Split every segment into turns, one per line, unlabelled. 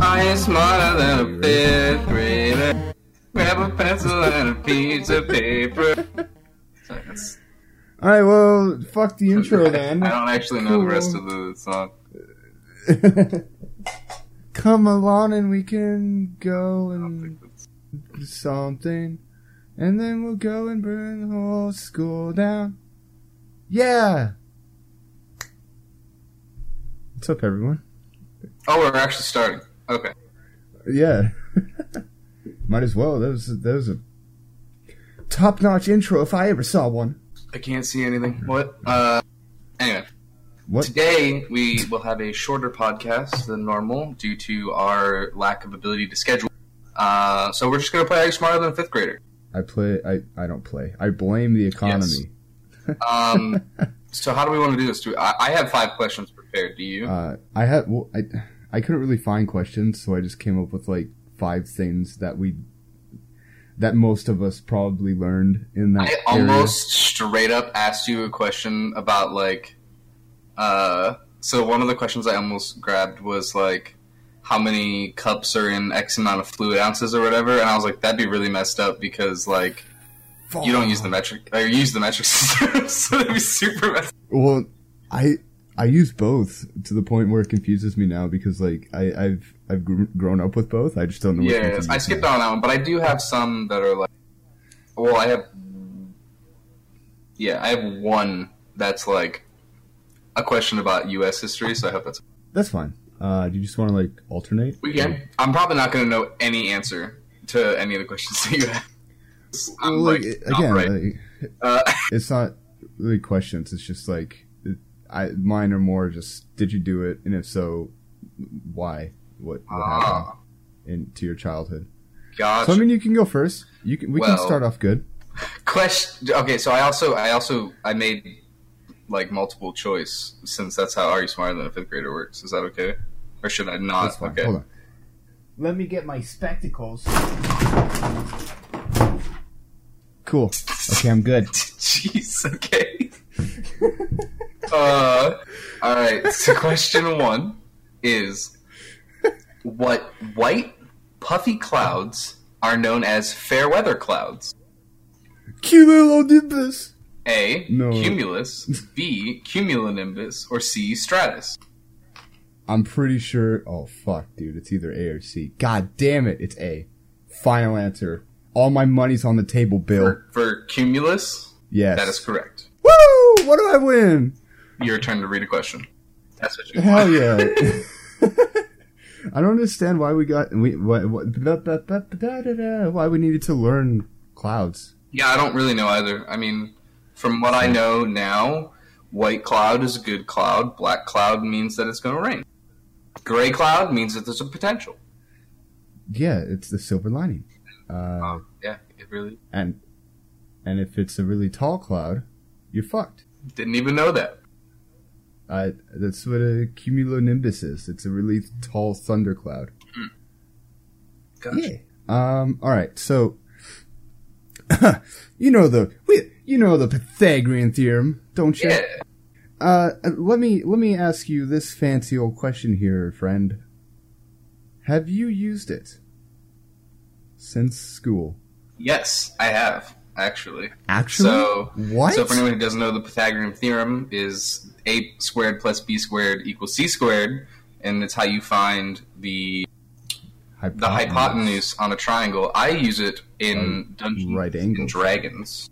I am smarter than a fifth grader. Grab a pencil and a piece of paper. So that's-
All right, well, fuck the intro
I
then.
don't actually know the rest of the song.
Come along and we can go
I don't
and
think that's-
something, and then we'll go and burn the whole school down. Yeah. What's up, everyone?
Oh, we're actually starting. Okay.
Yeah. Might as well. That was that was a top-notch intro if I ever saw one.
I can't see anything. What? Uh, anyway.
What?
Today, we will have a shorter podcast than normal due to our lack of ability to schedule. Uh, so we're just going to play Are You Smarter Than a Fifth Grader?
I play. I I don't play. I blame the economy.
Um, so how do we want to do this? Do we, I, I have five questions prepared. Do you?
Uh, I had. Well, I I couldn't really find questions, so I just came up with like five things that we that most of us probably learned in that.
I
area.
almost straight up asked you a question about like uh so one of the questions I almost grabbed was like how many cups are in X amount of fluid ounces or whatever, and I was like, that'd be really messed up because like you don't use the metric or you use the metric system, so that'd be super messed
Well, I I use both to the point where it confuses me now because like I I've I've gr- grown up with both. I just don't know. what
Yeah,
confuses
I
me.
skipped on that one, but I do have some that are like well, I have yeah, I have one that's like a question about US history, so I hope that's
That's fine. Uh, do you just want to like alternate?
We can. I'm probably not going to know any answer to any of the questions that you have. I'm
Well,
like,
it-
not
again,
right.
like,
Uh,
it's not really questions. It's just like it, I mine are more just did you do it, and if so, why? What, what happened
ah,
into your childhood?
gosh.
So I mean, you can go first. You can, we can
Well-
start off good.
Question. Okay, so I also, I also, I made like multiple choice since that's how Are You Smarter Than a Fifth Grader works. Is that okay? Or should I
That's
not?
fine.
Okay.
Hold on.
Let me get my spectacles.
Cool. Okay, I'm good.
Jeez. Okay. uh, all right. So question one is what white puffy clouds are known as fair weather clouds.
Kilo did this.
A.
No.
Cumulus. B. Cumulonimbus. Or C. Stratus.
I'm pretty sure. Oh fuck, dude, it's either A or C. God damn it, it's A. Final answer. All my money's on the table, Bill.
For, for cumulus,
Yes.
that is correct.
Woo! What do I win?
Your turn to read a question. That's what you.
Hell yeah! I don't understand why we got we why, why we needed to learn clouds.
Yeah, I don't really know either. I mean, from what I know now, white cloud is a good cloud. Black cloud means that it's going to rain. Gray cloud means that there's a potential.
Yeah, it's the silver lining. Uh,
Um, yeah, it really
and and if it's a really tall cloud, you're fucked.
didn't even know that.
Uh, that's what a cumulonimbus is. It's a really tall thundercloud.
Gotcha.
Um. All right. So, you know the we, you know the Pythagorean theorem, don't you?
Yeah.
Uh, let me let me ask you this fancy old question here, friend. Have you used it since school?
Yes, I have actually.
Actually,
So-
what?
So, for anyone who doesn't know, the Pythagorean theorem is a squared plus b squared equals c squared, and it's how you find the
Oh,
the hypotenuse on a triangle. I use it in Dungeons
right angle.
and Dragons.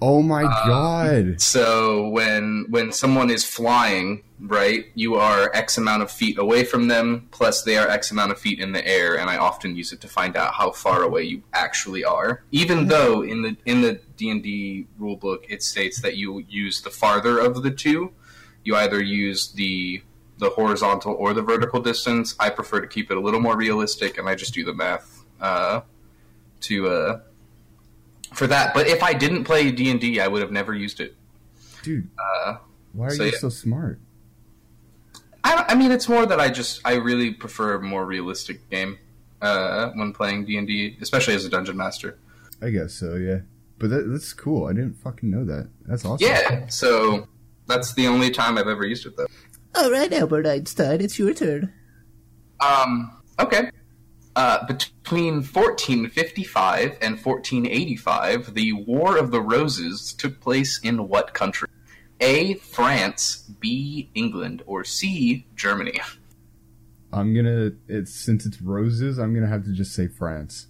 Oh my
um,
god!
So when when someone is flying, right, you are X amount of feet away from them, plus they are X amount of feet in the air, and I often use it to find out how far away you actually are. Even though in the in the D and D rulebook it states that you use the farther of the two. You either use the the horizontal or the vertical distance. I prefer to keep it a little more realistic, and I just do the math uh, to uh, for that. But if I didn't play D and D, I would have never used it.
Dude,
Uh,
why are
so
you
yeah.
so smart?
I, don't- I mean, it's more that I just I really prefer a more realistic game uh, when playing D anD D, especially as a dungeon master.
I guess so, yeah. But that, that's cool. I didn't fucking know that. That's awesome.
Yeah, so that's the only time I've ever used it though.
All right, Albert Einstein, it's your turn.
Um, okay. Uh, between 1455 and 1485, the War of the Roses took place in what country? A. France, B. England, or C. Germany.
I'm gonna. It's since it's roses. I'm gonna have to just say France.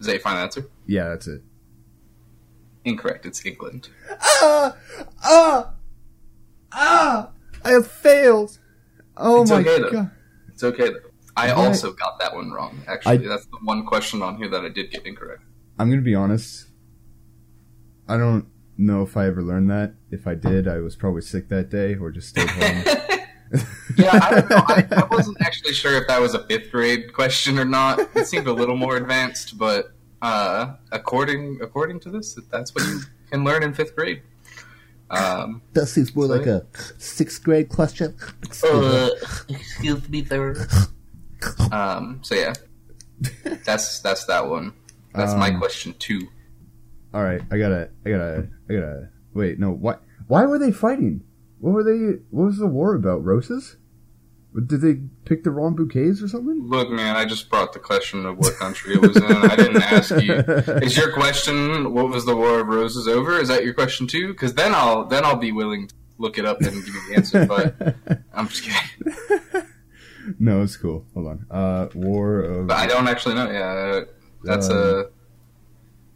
Is that your final answer?
Yeah, that's it.
Incorrect. It's England.
Ah, ah, ah! I have failed. Oh
It's
my
okay, though.
god.
It's okay though. I
Yeah.
also got that one wrong. Actually, that's the one question on here that I did get incorrect.
I'm gonna be honest. I don't know if I ever learned that. If I did, I was probably sick that day or just stayed home.
Yeah, I don't know. I, I wasn't actually sure if that was a fifth grade question or not. It seemed a little more advanced, but uh, according according to this, that's what you can learn in fifth grade. Um,
That seems more
Sorry? Uh,
like a sixth grade question.
excuse me, sir. Um, so yeah, that's that's that one. That's my
Um,
question too.
All right, I gotta, I gotta, I gotta. Wait, no. Why? Why were they fighting? What were they? What was the war about? Roses? Did they pick the wrong bouquets or something?
Look, man, I just brought the question of what country it was in. I didn't ask you. Is your question what was the War of Roses over? Is that your question too? Because then I'll then I'll be willing to look it up and give you the answer. But I'm just kidding.
no, it's cool. Hold on. Uh, war of.
But I don't actually know. Yeah, that's
Um,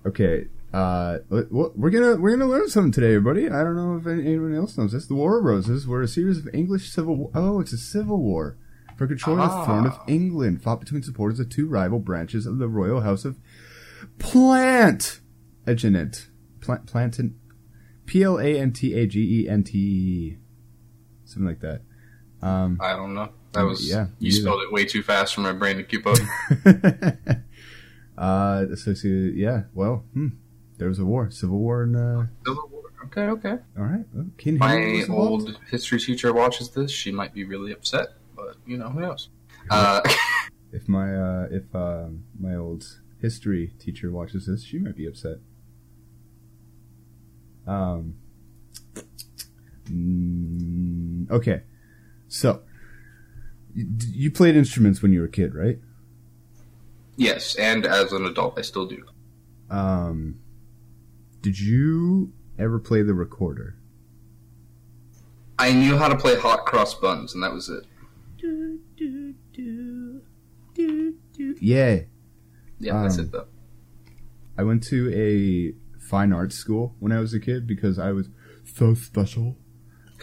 Okay. Uh, wh- wh- we're gonna we're gonna learn something today, everybody. I don't know if any- anyone else knows this. The War of Roses were a series of English civil. War- oh, it's a civil war for control of the throne of
Ah.
England, fought between supporters of two rival branches of the royal house of Plant Plantagenet. Plant Plantin. P L A N T A G E N T. Something like that. Um,
a I don't know. That was
Yeah,
you
yeah.
spelled it way too fast for my brain to keep up.
uh, associated. Yeah. Well, hmm, there was a war, civil war, and uh,
Civil War. Okay, okay.
all right. Well, King Henry
My
was involved.
old history teacher watches this. She might be really upset, but you know who knows. Uh,
If my uh, if um, my old history teacher watches this, she might be upset. Um. mm, okay, so you, d- you played instruments when you were a kid, right?
yes, and as an adult, I still do.
Um, did you ever play the recorder?
I knew how to play hot cross buns, and that was it.
Do, do, do, do, do.
Yeah,
Yeah, that's
Um,
it though.
I went to a fine arts school when I was a kid because I was so special.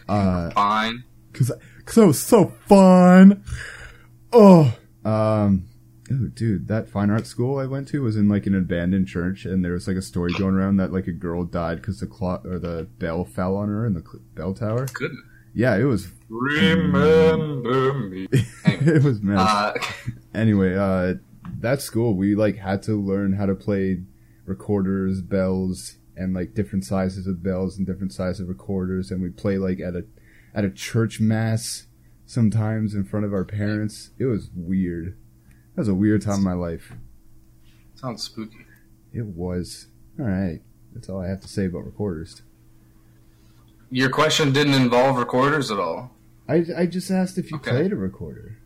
Uh,
Fine.
Cause, I- cause that was so fun. Oh, um, oh, dude, that fine art school I went to was in like an abandoned church, and there was like a story going around that like a girl died because the clock or the bell fell on her in the cl- bell tower.
Good.
Yeah, it was,
Remember me. Anyway,
it was mess.
uh,
anyway, uh, that school we like had to learn how to play recorders, bells, and like different sizes of bells and different sizes of recorders, and we play like at a at a church mass sometimes in front of our parents. It was weird. That was a weird time in my life.
sounds spooky.
It was. All right, that's all I have to say about recorders.
Your question didn't involve recorders at all.
I, I just asked if you
Okay.
played a recorder.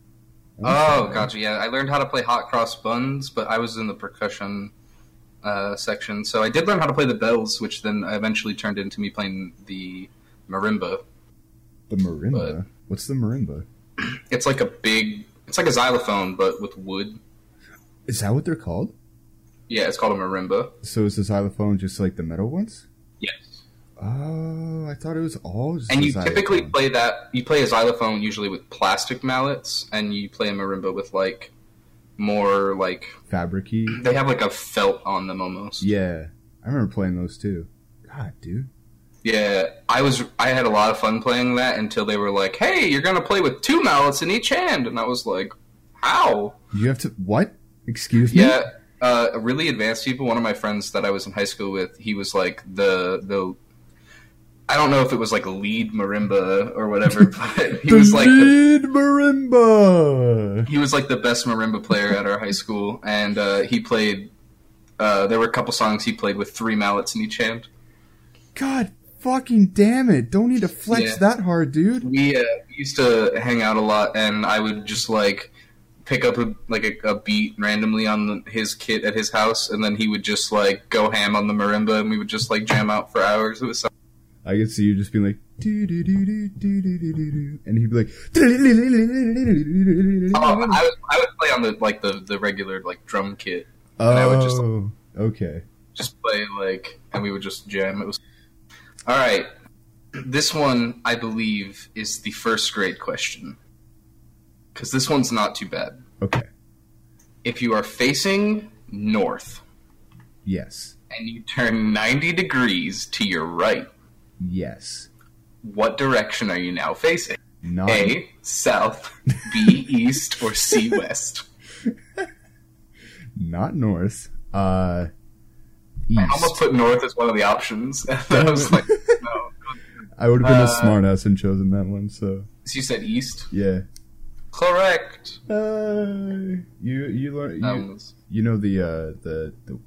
I'm
Oh,
sorry.
gotcha. Yeah, I learned how to play hot cross buns, but I was in the percussion uh, section, so I did learn how to play the bells, which then eventually turned into me playing the marimba.
The marimba. What's the marimba?
It's like a big, it's like a xylophone, but with wood.
Is that what they're called?
Yeah, it's called a marimba.
So is the xylophone just like the metal ones?
Yes.
Oh, I thought it was all. Just um,
And
a
you
xylophone.
typically play that. You play a xylophone usually with plastic mallets, and you play a marimba with like more like
fabricy.
they have like a felt on them almost.
Yeah, I remember playing those too. God, dude.
Yeah, I was. I had a lot of fun playing that until they were like, "Hey, you're gonna play with two mallets in each hand," and I was like, "How?"
You have to what? Excuse me.
Yeah, uh, really advanced people. One of my friends that I was in high school with, he was like the the. I don't know if it was like lead marimba or whatever, but he
The
was like the
lead marimba.
he was like the best marimba player at our high school, and uh, he played Uh, there were a couple songs he played with three mallets in each hand.
God fucking damn it. Don't need to flex
Yeah.
that hard, dude.
We uh, used to hang out a lot, and I would just like pick up a, like a, a beat randomly on the, his kit at his house, and then he would just like go ham on the marimba, and we would just like jam out for hours. It was so-
I could see you just being like, do do do do do do do do do, and he'd be like,
oh, I would I would play on the like the the regular like drum kit, I would just-
oh, okay.
just play like, and we would just jam. It was all right. This one I believe is the first grade question because this one's not too bad.
Okay.
If you are facing north.
Yes.
and you turn 90 degrees to your right,
Yes.
what direction are you now facing?
Not.
A, south, B, east, or C, west?
Not north. Uh. East.
I almost put north as one of the options. and I was like, no.
I would have been
Uh,
a smartass and chosen that one. So
So you said east?
yeah.
Correct.
Uh, you you learn you,
That one was-
you know the uh the the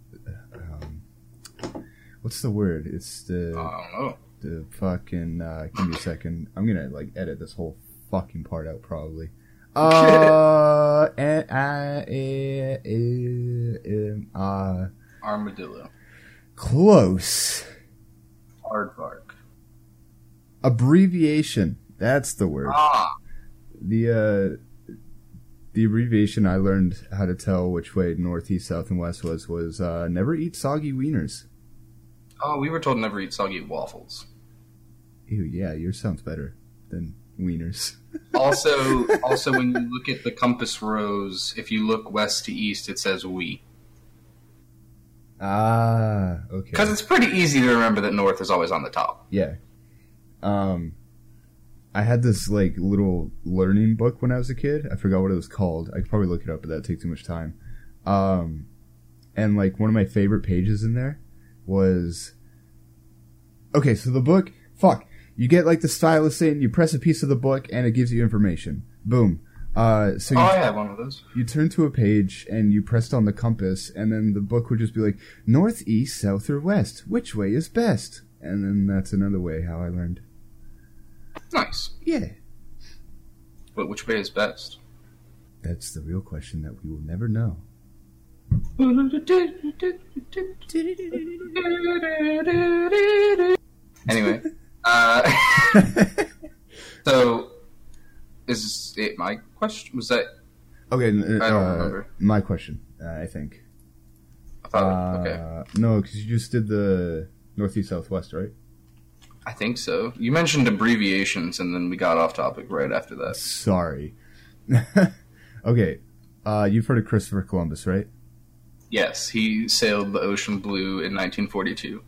um, what's the word? It's the
I don't know.
the fucking uh, give me a second. I'm gonna like edit this whole fucking part out probably. Uh, and, uh, eh, eh, um, uh,
Armadillo.
close
Aardvark.
abbreviation. That's the word.
Ah,
the uh, the abbreviation I learned how to tell which way north, east, south, and west was was uh, never eat soggy wieners.
oh, we were told never eat soggy waffles.
Ew, yeah, yours sounds better than wieners.
Also, also, when you look at the compass rose, if you look west to east, it says we.
Ah, okay.
Because it's pretty easy to remember that north is always on the top.
Yeah. Um, I had this like little learning book when I was a kid. I forgot what it was called. I could probably look it up, but that'd take too much time. Um, and like one of my favorite pages in there was okay. So the book, fuck, you get like the stylus in, you press a piece of the book, and it gives you information. Boom. Uh, so you
Oh, I had one of those.
you turned to a page and you pressed on the compass, and then the book would just be like, north, east, south, or west. Which way is best? And then that's another way how I learned.
Nice.
Yeah.
But which way is best?
That's the real question that we will never know.
Anyway, uh, so is it my question? Was that?
Okay, n-
I don't
uh,
remember.
My question, uh, I think.
I thought, okay,
Uh, no, because you just did the northeast, southwest, right?
I think so. You mentioned abbreviations, and then we got off topic right after that.
Sorry. okay, uh, you've heard of Christopher Columbus, right?
Yes, he sailed the ocean blue in 1942.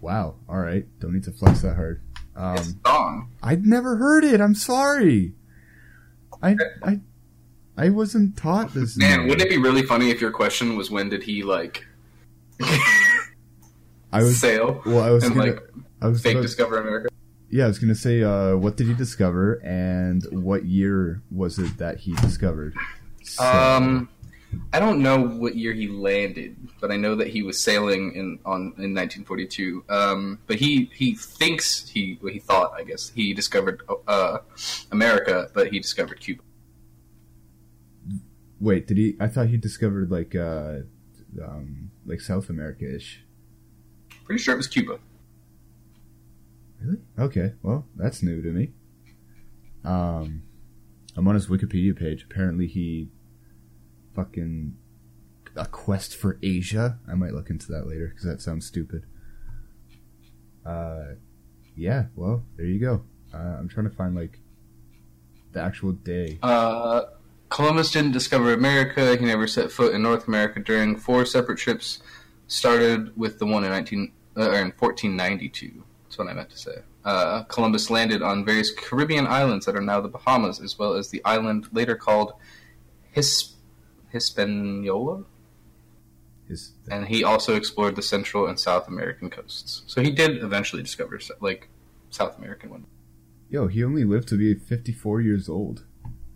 Wow. All right. Don't need to flex that hard. Um,
It's a song.
I'd never heard it. I'm sorry. I I I wasn't taught this.
Man,
name.
wouldn't it be really funny if your question was when did he like
I was
sail
well. I was
and
gonna.
like
I was
fake
gonna-
discover America?
yeah. I was gonna say, uh, what did he discover, and what year was it that he discovered? So-
Um, I don't know what year he landed, but I know that he was sailing in on in 1942. Um, but he he thinks he well, he thought I guess he discovered uh, America, but he discovered Cuba.
wait, did he? I thought he discovered like uh, um, like South America ish.
Pretty sure it was Cuba.
Really? Okay. Well, that's new to me. Um, I'm on his Wikipedia page. Apparently, he fucking a quest for Asia. I might look into that later because that sounds stupid. Uh, yeah. Well, there you go. Uh, I'm trying to find like the actual day.
Uh, Columbus didn't discover America. He never set foot in North America during four separate trips. Started with the one in 19 uh, or in 1492. That's what I meant to say. Uh, Columbus landed on various Caribbean islands that are now the Bahamas, as well as the island later called His- Hispaniola.
Is
And he also explored the Central and South American coasts. So he did eventually discover like South American one.
yo? He only lived to be 54 years old.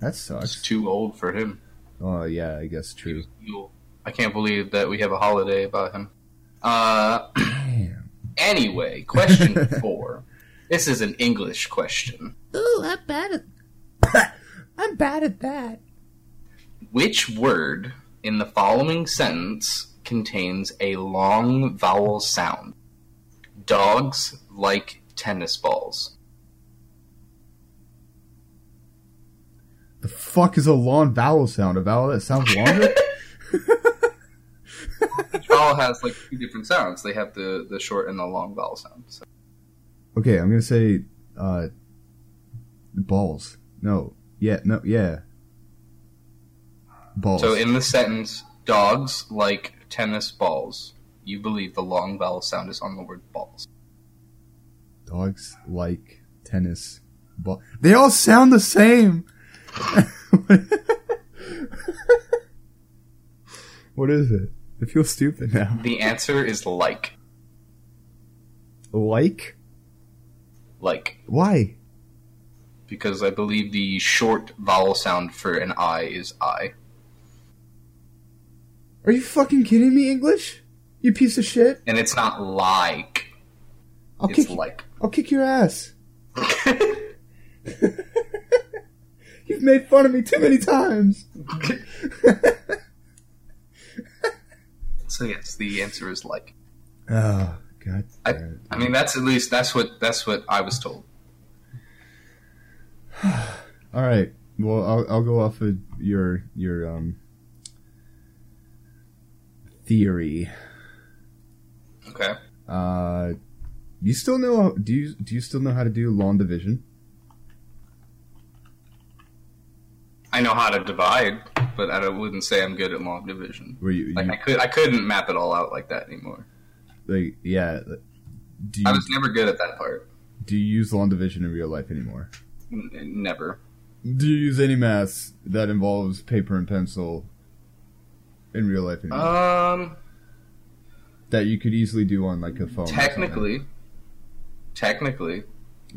That
It's
sucks.
too old for him.
Oh yeah, I guess true.
He was I can't believe that we have a holiday about him. Uh,
Damn.
anyway, question four. This is an English question.
Ooh, Oh, I'm bad at. I'm bad at that.
Which word in the following sentence contains a long vowel sound? Dogs like tennis balls.
The fuck is a long vowel sound? A vowel that sounds longer?
Each vowel has like two different sounds. They have the, the short and the long vowel sound. So.
okay, I'm gonna say uh balls. No. Yeah, no, yeah. Balls.
So in the sentence, dogs like tennis balls. You believe the long vowel sound is on the word balls.
Dogs like tennis ball. They all sound the same. what is it? I feel stupid now.
The answer is like.
Like?
Like.
Why?
Because I believe the short vowel sound for an I is I.
Are you fucking kidding me, English? You piece of shit.
And it's not like.
I'll
It's
kick.
like.
I'll kick your ass. You've made fun of me too many times.
so yes, the answer is like.
Oh god.
I,
damn it.
I mean, that's at least that's what that's what I was told.
All right. Well, I'll, I'll go off of your your um theory.
Okay.
Uh, you still know? Do you do you still know how to do long division?
I know how to divide, but I don't- wouldn't say I'm good at long division.
Where you,
Like
you
I could I couldn't map it all out like that anymore.
like yeah? Do you
I was never good at that part.
do you use long division in real life anymore?
N- n- never.
Do you use any math that involves paper and pencil in real life anymore?
Um.
that you could easily do on like a phone? or something?
Technically. Technically,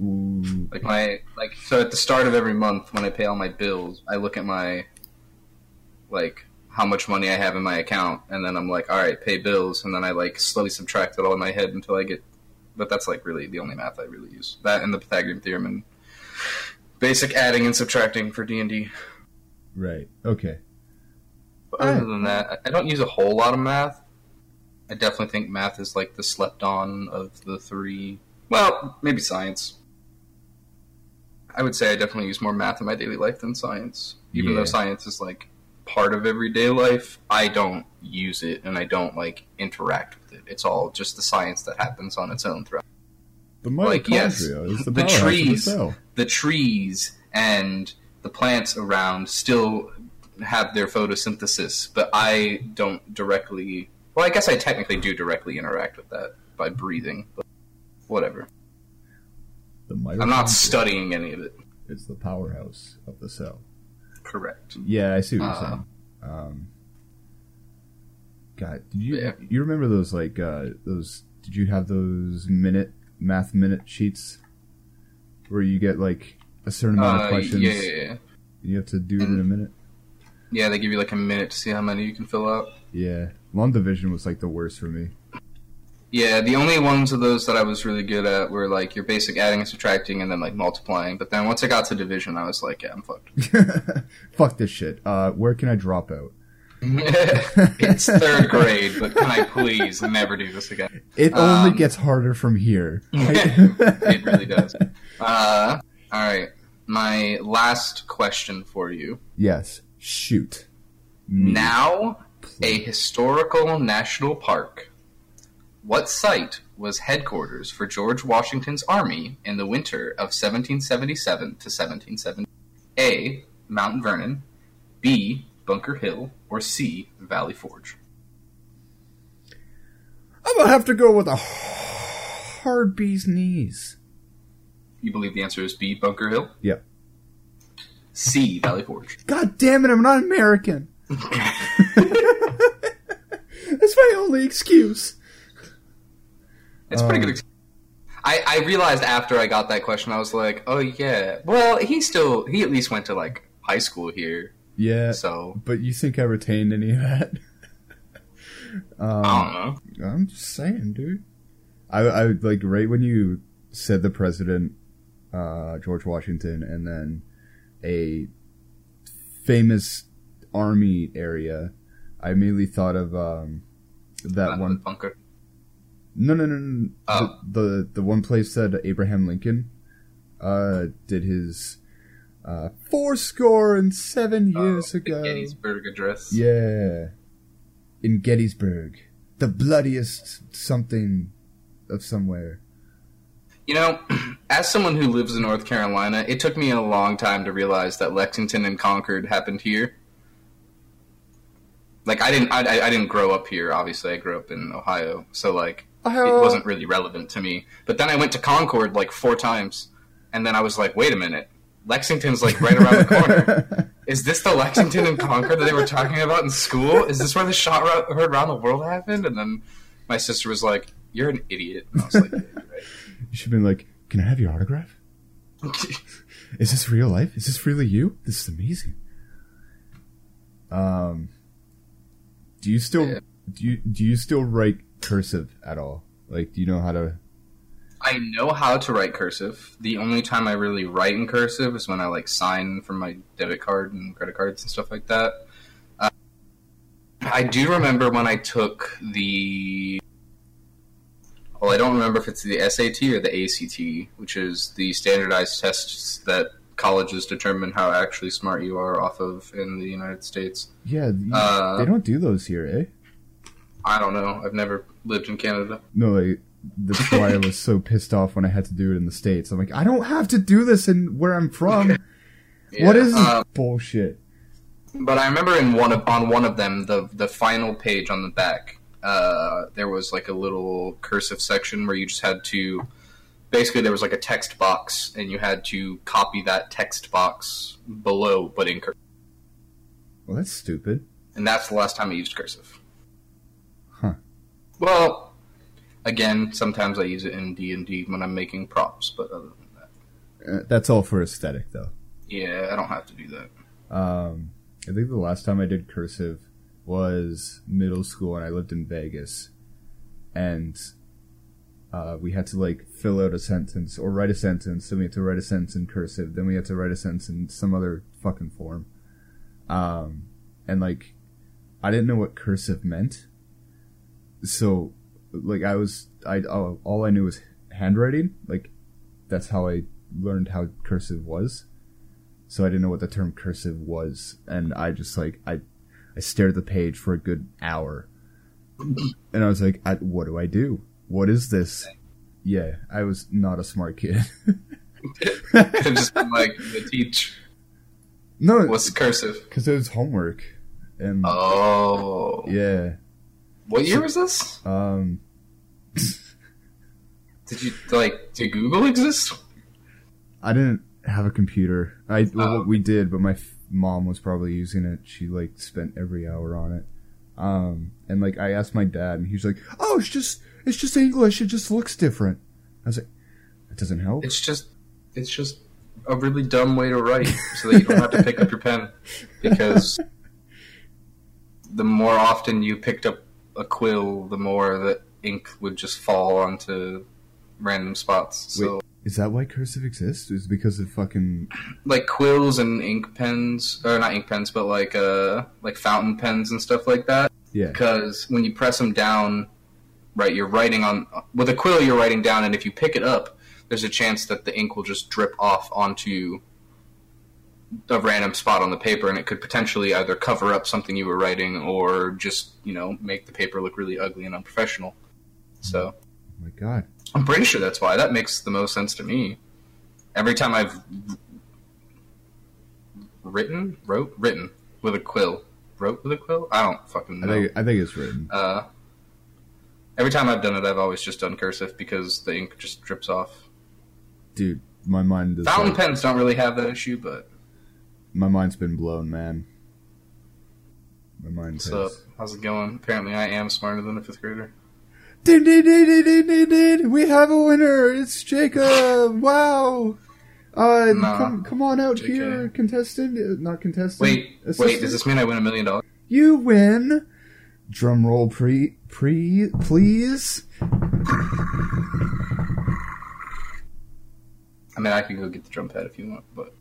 Ooh.
like my like so at the start of every month when I pay all my bills, I look at my like how much money I have in my account, and then I'm like, all right, pay bills, and then I like slowly subtract it all in my head until I get. But that's like really the only math I really use. That and the Pythagorean theorem and basic adding and subtracting for D and D.
right. Okay.
But other than that, I- I don't use a whole lot of math. I definitely think math is like the slept on of the three. Well, maybe science. I would say I definitely use more math in my daily life than science. Even
Yeah.
though science is like part of everyday life, I don't use it and I don't like interact with it. It's all just the science that happens on its own throughout
The
Like, yes,
mitochondria is the,
the
powerhouse of the
trees.
cell.
the trees and the plants around still have their photosynthesis, but I don't directly. Well, I guess I technically do directly interact with that by breathing, but whatever.
The
I'm not
mitochondria
studying any of it.
is the powerhouse of the cell.
Correct.
Yeah, I see what you're
Uh,
saying. Um, God, did you
Yeah.
you remember those like uh, those? Did you have those minute math minute sheets where you get like a certain amount of
Uh,
questions?
yeah, Mm-hmm. yeah, yeah.
and You have to do it in a minute.
Yeah, they give you like a minute to see how many you can fill out.
Yeah, long division was like the worst for me.
Yeah, the only ones of those that I was really good at were like your basic adding and subtracting and then like multiplying. But then once I got to division, I was like, yeah, I'm fucked.
Fuck this shit. Uh, where can I drop out?
it's third grade, but can I please never do this again?
It only
Um,
gets harder from here.
it really does. Uh, all right. My last question for you.
Yes. Shoot. Me,
Now, a
Hmm. please.
historical national park. What site was headquarters for George Washington's army in the winter of 1777 to 1770? A. Mount Vernon. B. Bunker Hill. Or C. Valley Forge.
I'm gonna have to go with a hard bee's knees.
You believe the answer is B. Bunker Hill?
Yep.
C. Valley Forge.
God damn it, I'm not American. That's my only excuse.
It's pretty
Um,
good. ex- I, I realized after I got that question, I was like, oh yeah. Well, he still he at least went to like high school here,
Yeah,
so
but you think I retained any of that?
I
Um,
don't know.
I'm just saying, dude. I, I like right when you said the president, uh, George Washington, and then a famous army area. I immediately thought of um, that
Not
one.
the bunker.
No, no, no, no.
Oh.
The, the the one place that Abraham Lincoln uh, did his uh, four score and seven years
Oh, the
ago.
Gettysburg Address.
Yeah. In Gettysburg. The bloodiest something of somewhere.
You know, as someone who lives in North Carolina, it took me a long time to realize that Lexington and Concord happened here. Like I didn't, I, I- I didn't grow up here. Obviously, I grew up in Ohio, so like it wasn't really relevant to me. But then I went to Concord like four times, and then I was like, wait a minute, Lexington's like right around the corner. Is this the Lexington and Concord that they were talking about in school? Is this where the shot ro- heard around the world happened? And then my sister was like, "You're an idiot." And I was like, "Yeah, you're right."
You should have been like, Can I have your autograph? Is this real life? Is this really you? This is amazing. Um Do you still
Yeah.
do you do you still write cursive at all? Like do you know how to
I know how to write cursive. The only time I really write in cursive is when I like sign for my debit card and credit cards and stuff like that. Uh, I do remember when I took the. Well, I don't remember if it's the SAT or the ACT, which is the standardized tests that colleges determine how actually smart you are off of in the United States.
Yeah, you-
Uh,
they don't do those here, eh?
I don't know. I've never lived in Canada.
No, like that's why I was so pissed off when I had to do it in the States. I'm like, I don't have to do this in where I'm from. What
Yeah,
is this
uh,
bullshit?
But I remember in one of, on one of them, the the final page on the back, uh, there was like a little cursive section where you just had to, basically there was like a text box, and you had to copy that text box below, but in cursive.
Well, that's stupid.
And that's the last time I used cursive.
Huh.
Well, again, sometimes I use it in D and D when I'm making props, but other than that,
Uh, That's all for aesthetic, though.
yeah, I don't have to do that.
Um, I think the last time I did cursive was middle school, and I lived in Vegas, and uh, we had to like fill out a sentence or write a sentence. Then we had to write a sentence in cursive. Then we had to write a sentence in some other fucking form. Um, and like, I didn't know what cursive meant, so like I was I all all I knew was handwriting. Like, that's how I learned how cursive was so I didn't know what the term cursive was, and I just like I, I stared at the page for a good hour, and I was like, I, "What do I do? What is this?" Yeah, I was not a smart kid.
just been like the teach
no,
what's cursive.
because it was homework, and
Oh,
yeah,
what year was this?
um,
Did you like? Did Google exist?
I didn't have a computer. I well,
Oh.
we did, but my f- mom was probably using it. She like spent every hour on it. Um, and like I asked my dad, and he was like, "Oh, it's just it's just English. It just looks different." I was like, "That doesn't help."
It's just, it's just a really dumb way to write, so that you don't have to pick up your pen. Because the more often you picked up a quill, the more the ink would just fall onto random spots. So,
Is that why cursive exists? Is it because of fucking
like quills and ink pens, or not ink pens, but like uh, like fountain pens and stuff like that.
yeah?
because when you press them down, right, you're writing on with a quill. You're writing down, and if you pick it up, there's a chance that the ink will just drip off onto a random spot on the paper, and it could potentially either cover up something you were writing or just you know make the paper look really ugly and unprofessional. So
Oh my god,
I'm pretty sure that's why. That makes the most sense to me. Every time I've written, wrote, written with a quill, wrote with a quill. I don't fucking
I
know.
think I think it's written.
Uh, every time I've done it, I've always just done cursive because the ink just drips off.
Dude, my mind is
Fountain
like-
pens don't really have that issue, but
my mind's been blown, man. My mind
what's up? How's it going? Apparently, I am smarter than a fifth grader.
Ding, ding, ding, ding, ding, ding, ding. We have a winner. It's Jacob. Wow. Uh,
Nah.
come, come on out
JK.
here, contestant. Uh, Not contestant.
Wait, wait,
assistant.
does this mean I win a million dollars?
You win Drum roll, pre, pre, please.
I mean, I can go get the drum pad if you want, but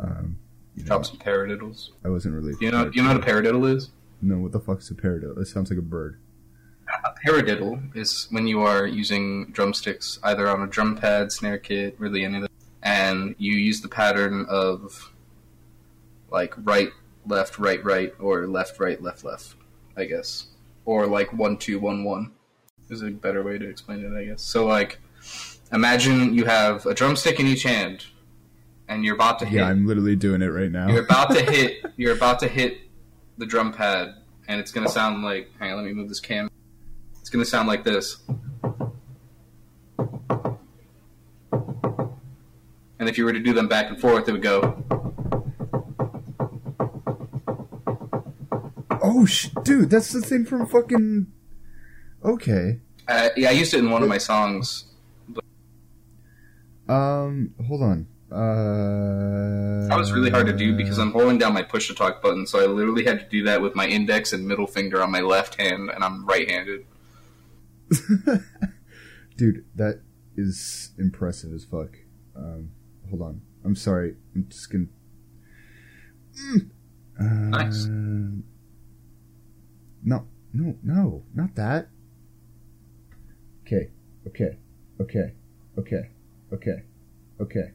Um, you know,
drop some paradiddles.
I wasn't really.
Do you know? Do you know what a paradiddle is?
No, what the fuck's a paradiddle? It sounds like a bird.
A paradiddle is when you are using drumsticks either on a drum pad, snare kit, really any of them, and you use the pattern of like right, left, right, right, or left, right, left, left, I guess. Or like one, two, one, one is a better way to explain it, I guess. So like imagine you have a drumstick in each hand and you're about to hit
Yeah, I'm literally doing it right now.
you're about to hit you're about to hit the drum pad and it's gonna sound like hang on let me move this cam it's gonna sound like this and if you were to do them back and forth it would go
Oh, sh- dude, that's the thing from fucking. Okay.
uh, yeah i used it in one of my songs
Um, hold on. Uh,
that was really hard to do because i'm holding down my push to talk button so i literally had to do that with my index and middle finger on my left hand and i'm right-handed
dude, that is impressive as fuck. Um, hold on. I'm sorry. I'm just gonna. Mm. Uh,
Nice.
No, no, no, not that. Okay, okay, okay, okay, okay, okay.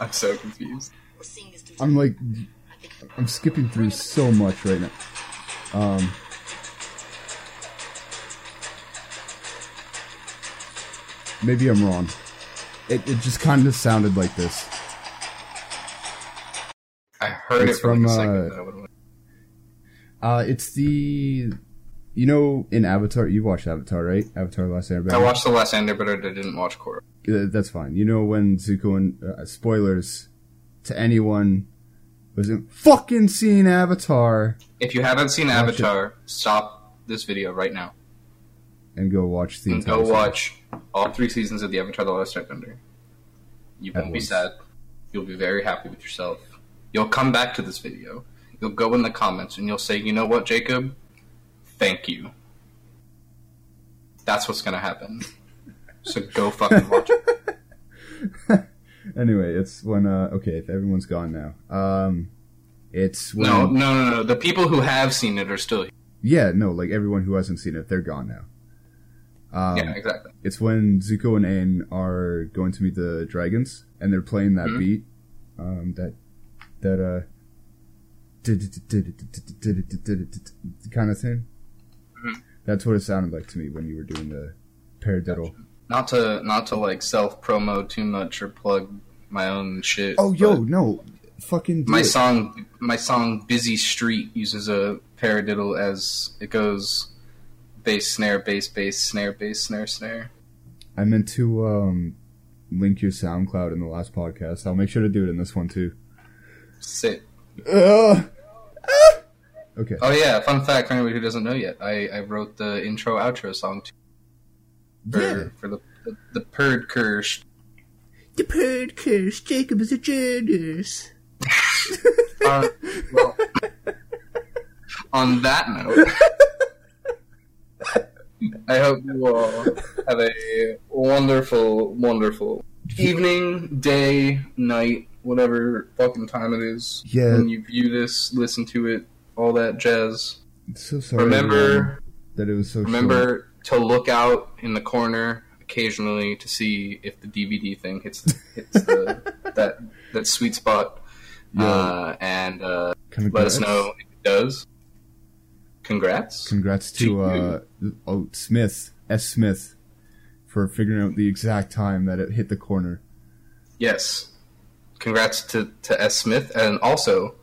i'm so confused
I'm like, I'm skipping through so much right now. Um, maybe I'm wrong. It, it just kind of sounded like this.
i heard
It's
it for like
from,
a second
uh,
then I went away.
Uh, it's the, you know, in Avatar, you watched Avatar, right? Avatar: The Last Airbender.
i watched the last ender but i didn't watch Korra.
Uh, that's fine. You know when Zuko and uh, spoilers to anyone who hasn't fucking seen Avatar
If you haven't seen
Watch it.
Avatar, stop this video right now
and go watch the
and
entire
go
series.
watch all three seasons of the Avatar: The Last Airbender. You
At
won't be
once.
sad. You'll be very happy with yourself. You'll come back to this video. You'll go in the comments and you'll say, "You know what, Jacob? Thank you." That's what's gonna happen. So go fucking watch it.
Anyway, it's when uh okay, if everyone's gone now. Um it's when
No, no, no, no. The people who have seen it are still here.
Yeah, no, like everyone who hasn't seen it, they're gone now. Um
yeah, exactly.
it's when Zuko and Aang are going to meet the dragons and they're playing that
Mhm.
beat. Um that that uh kind of thing.
Mhm.
That's what it sounded like to me when you were doing the paradiddle.
Not to not to like self promo too much or plug my own shit.
Oh yo,
but-
no. Fucking do
my
it.
song my song busy street uses a paradiddle as it goes bass snare bass bass snare bass snare snare
I meant to um, link your SoundCloud in the last podcast. I'll make sure to do it in this one too.
sit
Okay.
oh yeah fun fact for anybody who doesn't know yet i, I wrote the intro outro song to, for,
Yeah.
for the the, the purd curse
The podcast. Jacob is a genius.
Uh, well, on that note I hope you all have a wonderful, wonderful evening, day, night, whatever fucking time it is.
Yeah.
When you view this, listen to it, all that jazz.
So sorry. everyone,
remember,
that it was so. short.
remember to look out in the corner occasionally to see if the DVD thing hits the, hits the that that sweet spot. Uh, and uh,
Congrats.
let us know if it does. Congrats.
Congrats to uh, oh Smith S Smith for figuring out the exact time that it hit the corner.
Yes. Congrats to, to S. Smith, and also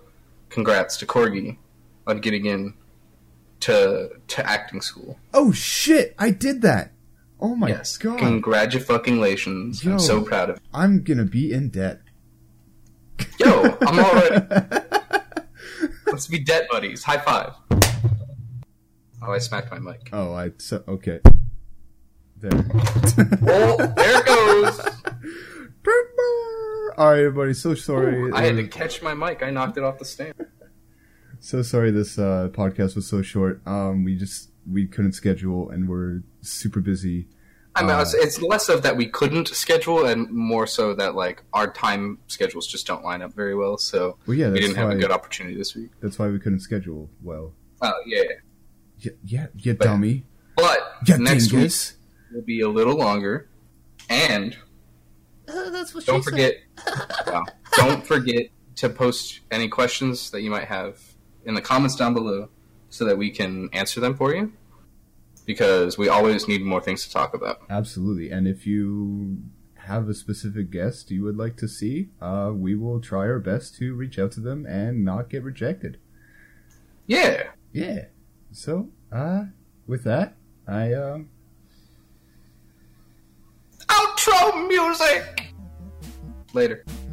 congrats to Corgi on getting in to to acting school.
Oh shit! I did that. Oh my
yes.
god!
Congratulations.
Yo.
I'm so proud of
I'm gonna be in debt.
you. Yo, I'm already. Let's be debt buddies. High five. Oh, I smacked my mic.
Oh, I so, okay. There.
Oh, there it goes.
All right, everybody. So uh, sorry.
I had
It
to
was-
catch my mic. I knocked it off the stand.
So sorry this uh, podcast was so short. Um, we just we couldn't schedule and we're super busy.
I mean,
Uh,
it's, it's less of that we couldn't schedule, and more so that like our time schedules just don't line up very well. So
Well, yeah,
we
that's
didn't have
why
a good opportunity this week.
that's why we couldn't schedule well.
Oh yeah,
Yeah, yeah, you
But-
dummy.
but
Yeah,
next week
dingus.
will be a little longer, and
Uh, that's what
don't
she
forget, Wow. don't forget to post any questions that you might have in the comments down below, so that we can answer them for you. Because we always need more things to talk about.
Absolutely. And if you have a specific guest you would like to see, uh, we will try our best to reach out to them and not get rejected.
Yeah,
Yeah. So, uh, with that, I, um,
outro music. Later.
said.